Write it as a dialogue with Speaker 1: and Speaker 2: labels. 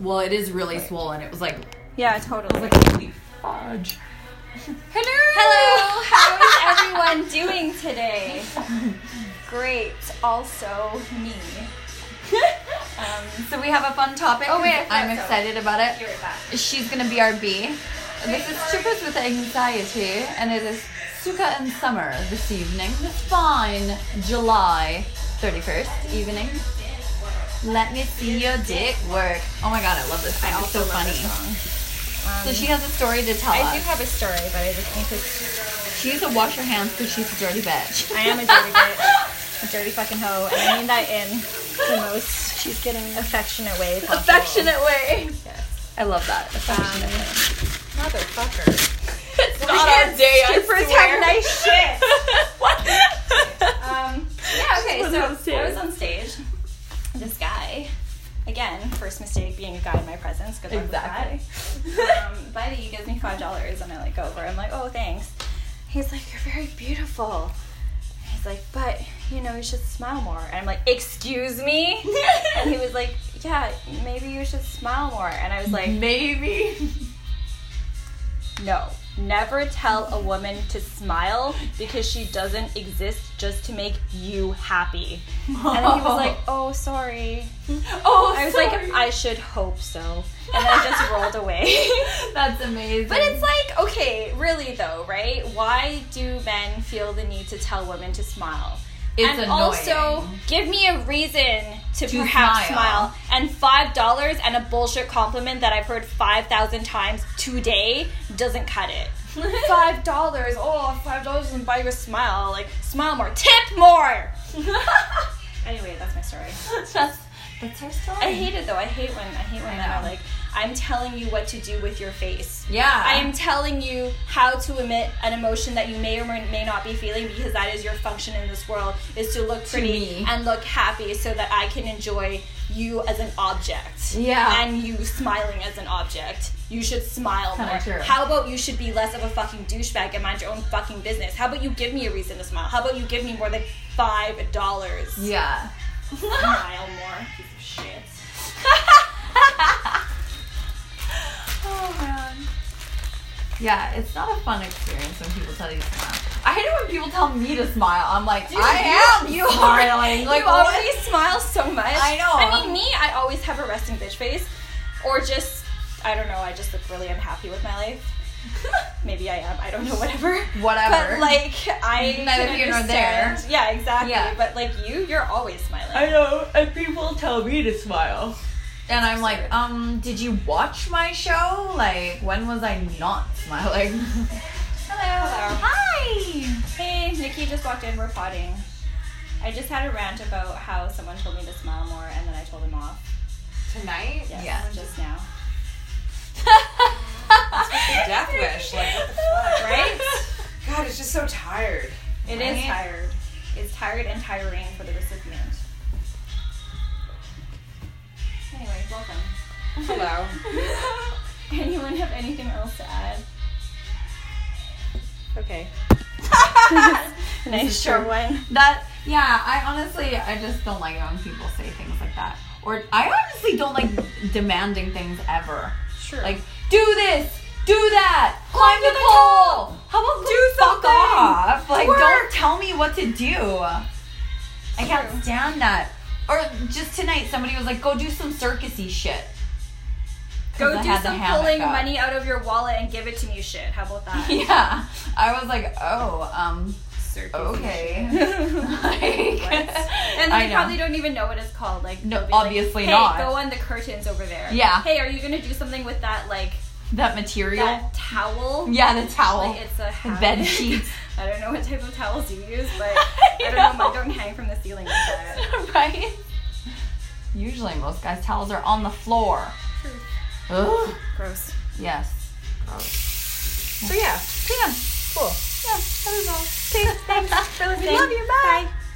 Speaker 1: well, it is really swollen. It was like,
Speaker 2: Yeah, totally.
Speaker 1: holy fudge.
Speaker 2: Hello! How is everyone doing today? Great, also me. Um, so we have a fun topic.
Speaker 3: Oh, wait, I forgot
Speaker 1: I'm
Speaker 3: so.
Speaker 1: excited about it.
Speaker 3: Be right back.
Speaker 1: She's gonna be our B. This is Trippers with Anxiety, and it is Suka and Summer this evening. This fine July 31st evening. Let me see your dick work. Oh my god, I love this song. It's so funny.
Speaker 3: Um,
Speaker 1: so she has a story to tell
Speaker 3: I do
Speaker 1: us.
Speaker 3: have a story, but I just need to.
Speaker 1: she's a wash your hands because she's a dirty bitch.
Speaker 3: I am a dirty bitch, a dirty fucking hoe, and I mean that in the most she's getting affectionate way possible.
Speaker 1: way.
Speaker 3: Yes. Um,
Speaker 1: I love that. Affectionate way.
Speaker 3: Motherfucker.
Speaker 1: Um, It's not our day, I swear.
Speaker 3: nice shit.
Speaker 1: what?
Speaker 3: Um, yeah, okay,
Speaker 1: Just wasn't
Speaker 3: so I was
Speaker 1: upstairs.
Speaker 3: on stage. This guy, again, first mistake being a guy in my presence. Good luck
Speaker 1: Exactly.
Speaker 3: with that. um, buddy he gives me five dollars, and I like go over. I'm like, oh, thanks. He's like, you're very beautiful. He's like, but you know, you should smile more. And I'm like, excuse me. and he was like, yeah, maybe you should smile more. And I was like,
Speaker 1: Um, Maybe.
Speaker 3: no. Never tell a woman to smile because she doesn't exist just to make you happy. And then he was like, "Oh, sorry."
Speaker 1: Oh,
Speaker 3: I was
Speaker 1: sorry.
Speaker 3: like, "I should hope so," and I just rolled away.
Speaker 1: That's amazing.
Speaker 3: but it's like, okay, really though, right? Why do men feel the need to tell women to smile?
Speaker 1: It's
Speaker 3: and
Speaker 1: annoying.
Speaker 3: also, give me a reason to,
Speaker 1: To
Speaker 3: perhaps
Speaker 1: smile.
Speaker 3: smile. And five dollars and a bullshit compliment that I've heard five thousand times today doesn't cut it. Five dollars, oh, five dollars doesn't buy you a smile. Like, smile more, tip more. Anyway, that's my story.
Speaker 1: that's that's her story.
Speaker 3: I hate it though. I hate when I hate when men
Speaker 1: know.
Speaker 3: are like, I'm telling you what to do with your face.
Speaker 1: Yeah.
Speaker 3: I am telling you how to emit an emotion that you may or may not be feeling because that is your function in this world is to look pretty
Speaker 1: me.
Speaker 3: and look happy so that I can enjoy you as an object.
Speaker 1: Yeah.
Speaker 3: And you smiling as an object. You should smile
Speaker 1: Kinda
Speaker 3: more.
Speaker 1: true.
Speaker 3: How about you should be less of a fucking douchebag and mind your own fucking business? How about you give me a reason to smile? How about you give me more than five dollars?
Speaker 1: Yeah.
Speaker 3: Smile more, piece of shit.
Speaker 1: Oh man. Yeah, it's not a fun experience when people tell you to smile. I hate it when people tell me to smile. I'm like,
Speaker 3: Dude,
Speaker 1: I am.
Speaker 3: you are
Speaker 1: smiling. Like,
Speaker 3: you
Speaker 1: what?
Speaker 3: already smile so much.
Speaker 1: I know.
Speaker 3: I mean, me, I always have a resting bitch face, or just I don't know. I just look really unhappy with my life. Maybe I am. I don't know. Whatever.
Speaker 1: Whatever.
Speaker 3: But like I
Speaker 1: Neither
Speaker 3: can
Speaker 1: here nor
Speaker 3: understand-
Speaker 1: there.
Speaker 3: Yeah, exactly.
Speaker 1: Yeah.
Speaker 3: But like you, you're always smiling.
Speaker 1: know, and people tell me to smile. And I'm like, um, did you watch my show? Like, when was I not smiling?
Speaker 3: Hello.
Speaker 1: Hi!
Speaker 3: Hey, Nikki just walked in. We're potting. I just had a rant about how someone told me to smile more, and then I told him off.
Speaker 4: Tonight?
Speaker 3: Yes,
Speaker 1: Yeah.
Speaker 3: Just now.
Speaker 4: Death wish. Like, what the fuck?
Speaker 3: Right.
Speaker 4: God, it's just so tired.
Speaker 3: It is
Speaker 1: Right?
Speaker 3: tired. It's tired and tiring for the recipient. Anyway, welcome.
Speaker 4: Hello.
Speaker 3: Anyone have anything else to add? Okay. nice
Speaker 1: is
Speaker 3: short
Speaker 1: true.
Speaker 3: one.
Speaker 1: That yeah, I honestly I just don't like it when people say things like that. Or I honestly don't like demanding things ever.
Speaker 3: Sure.
Speaker 1: Like do this, do that, climb the,
Speaker 3: to the
Speaker 1: pole. How about do fuck
Speaker 3: something.
Speaker 1: off? Like
Speaker 3: Work.
Speaker 1: don't tell me what to do. I can't
Speaker 3: True.
Speaker 1: stand that. Or just tonight, somebody was like, "Go do some circusy shit." 'Cause
Speaker 3: go
Speaker 1: I
Speaker 3: do
Speaker 1: had the
Speaker 3: some
Speaker 1: hammock
Speaker 3: pulling
Speaker 1: up.
Speaker 3: money out of your wallet and give it to me shit. How about that?
Speaker 1: Yeah, I was like, "Oh, um, okay." Like,
Speaker 3: And
Speaker 1: I
Speaker 3: they
Speaker 1: know.
Speaker 3: probably don't even know what it's called. Like,
Speaker 1: No,
Speaker 3: they'll be like,
Speaker 1: obviously
Speaker 3: hey,
Speaker 1: not."
Speaker 3: Go on the curtains over there.
Speaker 1: Yeah.
Speaker 3: Hey, are you gonna do something with that like
Speaker 1: that material.
Speaker 3: that towel?
Speaker 1: yeah, the towel.
Speaker 3: Like it's a habit.
Speaker 1: bed sheets.
Speaker 3: I don't know what type of towels you use, but I don't
Speaker 1: I
Speaker 3: know.
Speaker 1: know.
Speaker 3: Mine don't hang from the ceiling like that.
Speaker 1: right? Usually, most guys' towels are on the floor. Ugh.
Speaker 3: Gross.
Speaker 1: Yes.
Speaker 4: So, yeah.
Speaker 1: Yeah.
Speaker 4: Cool.
Speaker 1: Yeah. That is all. Thanks.
Speaker 3: Thanks for listening.
Speaker 1: Love you. Bye.
Speaker 3: Bye.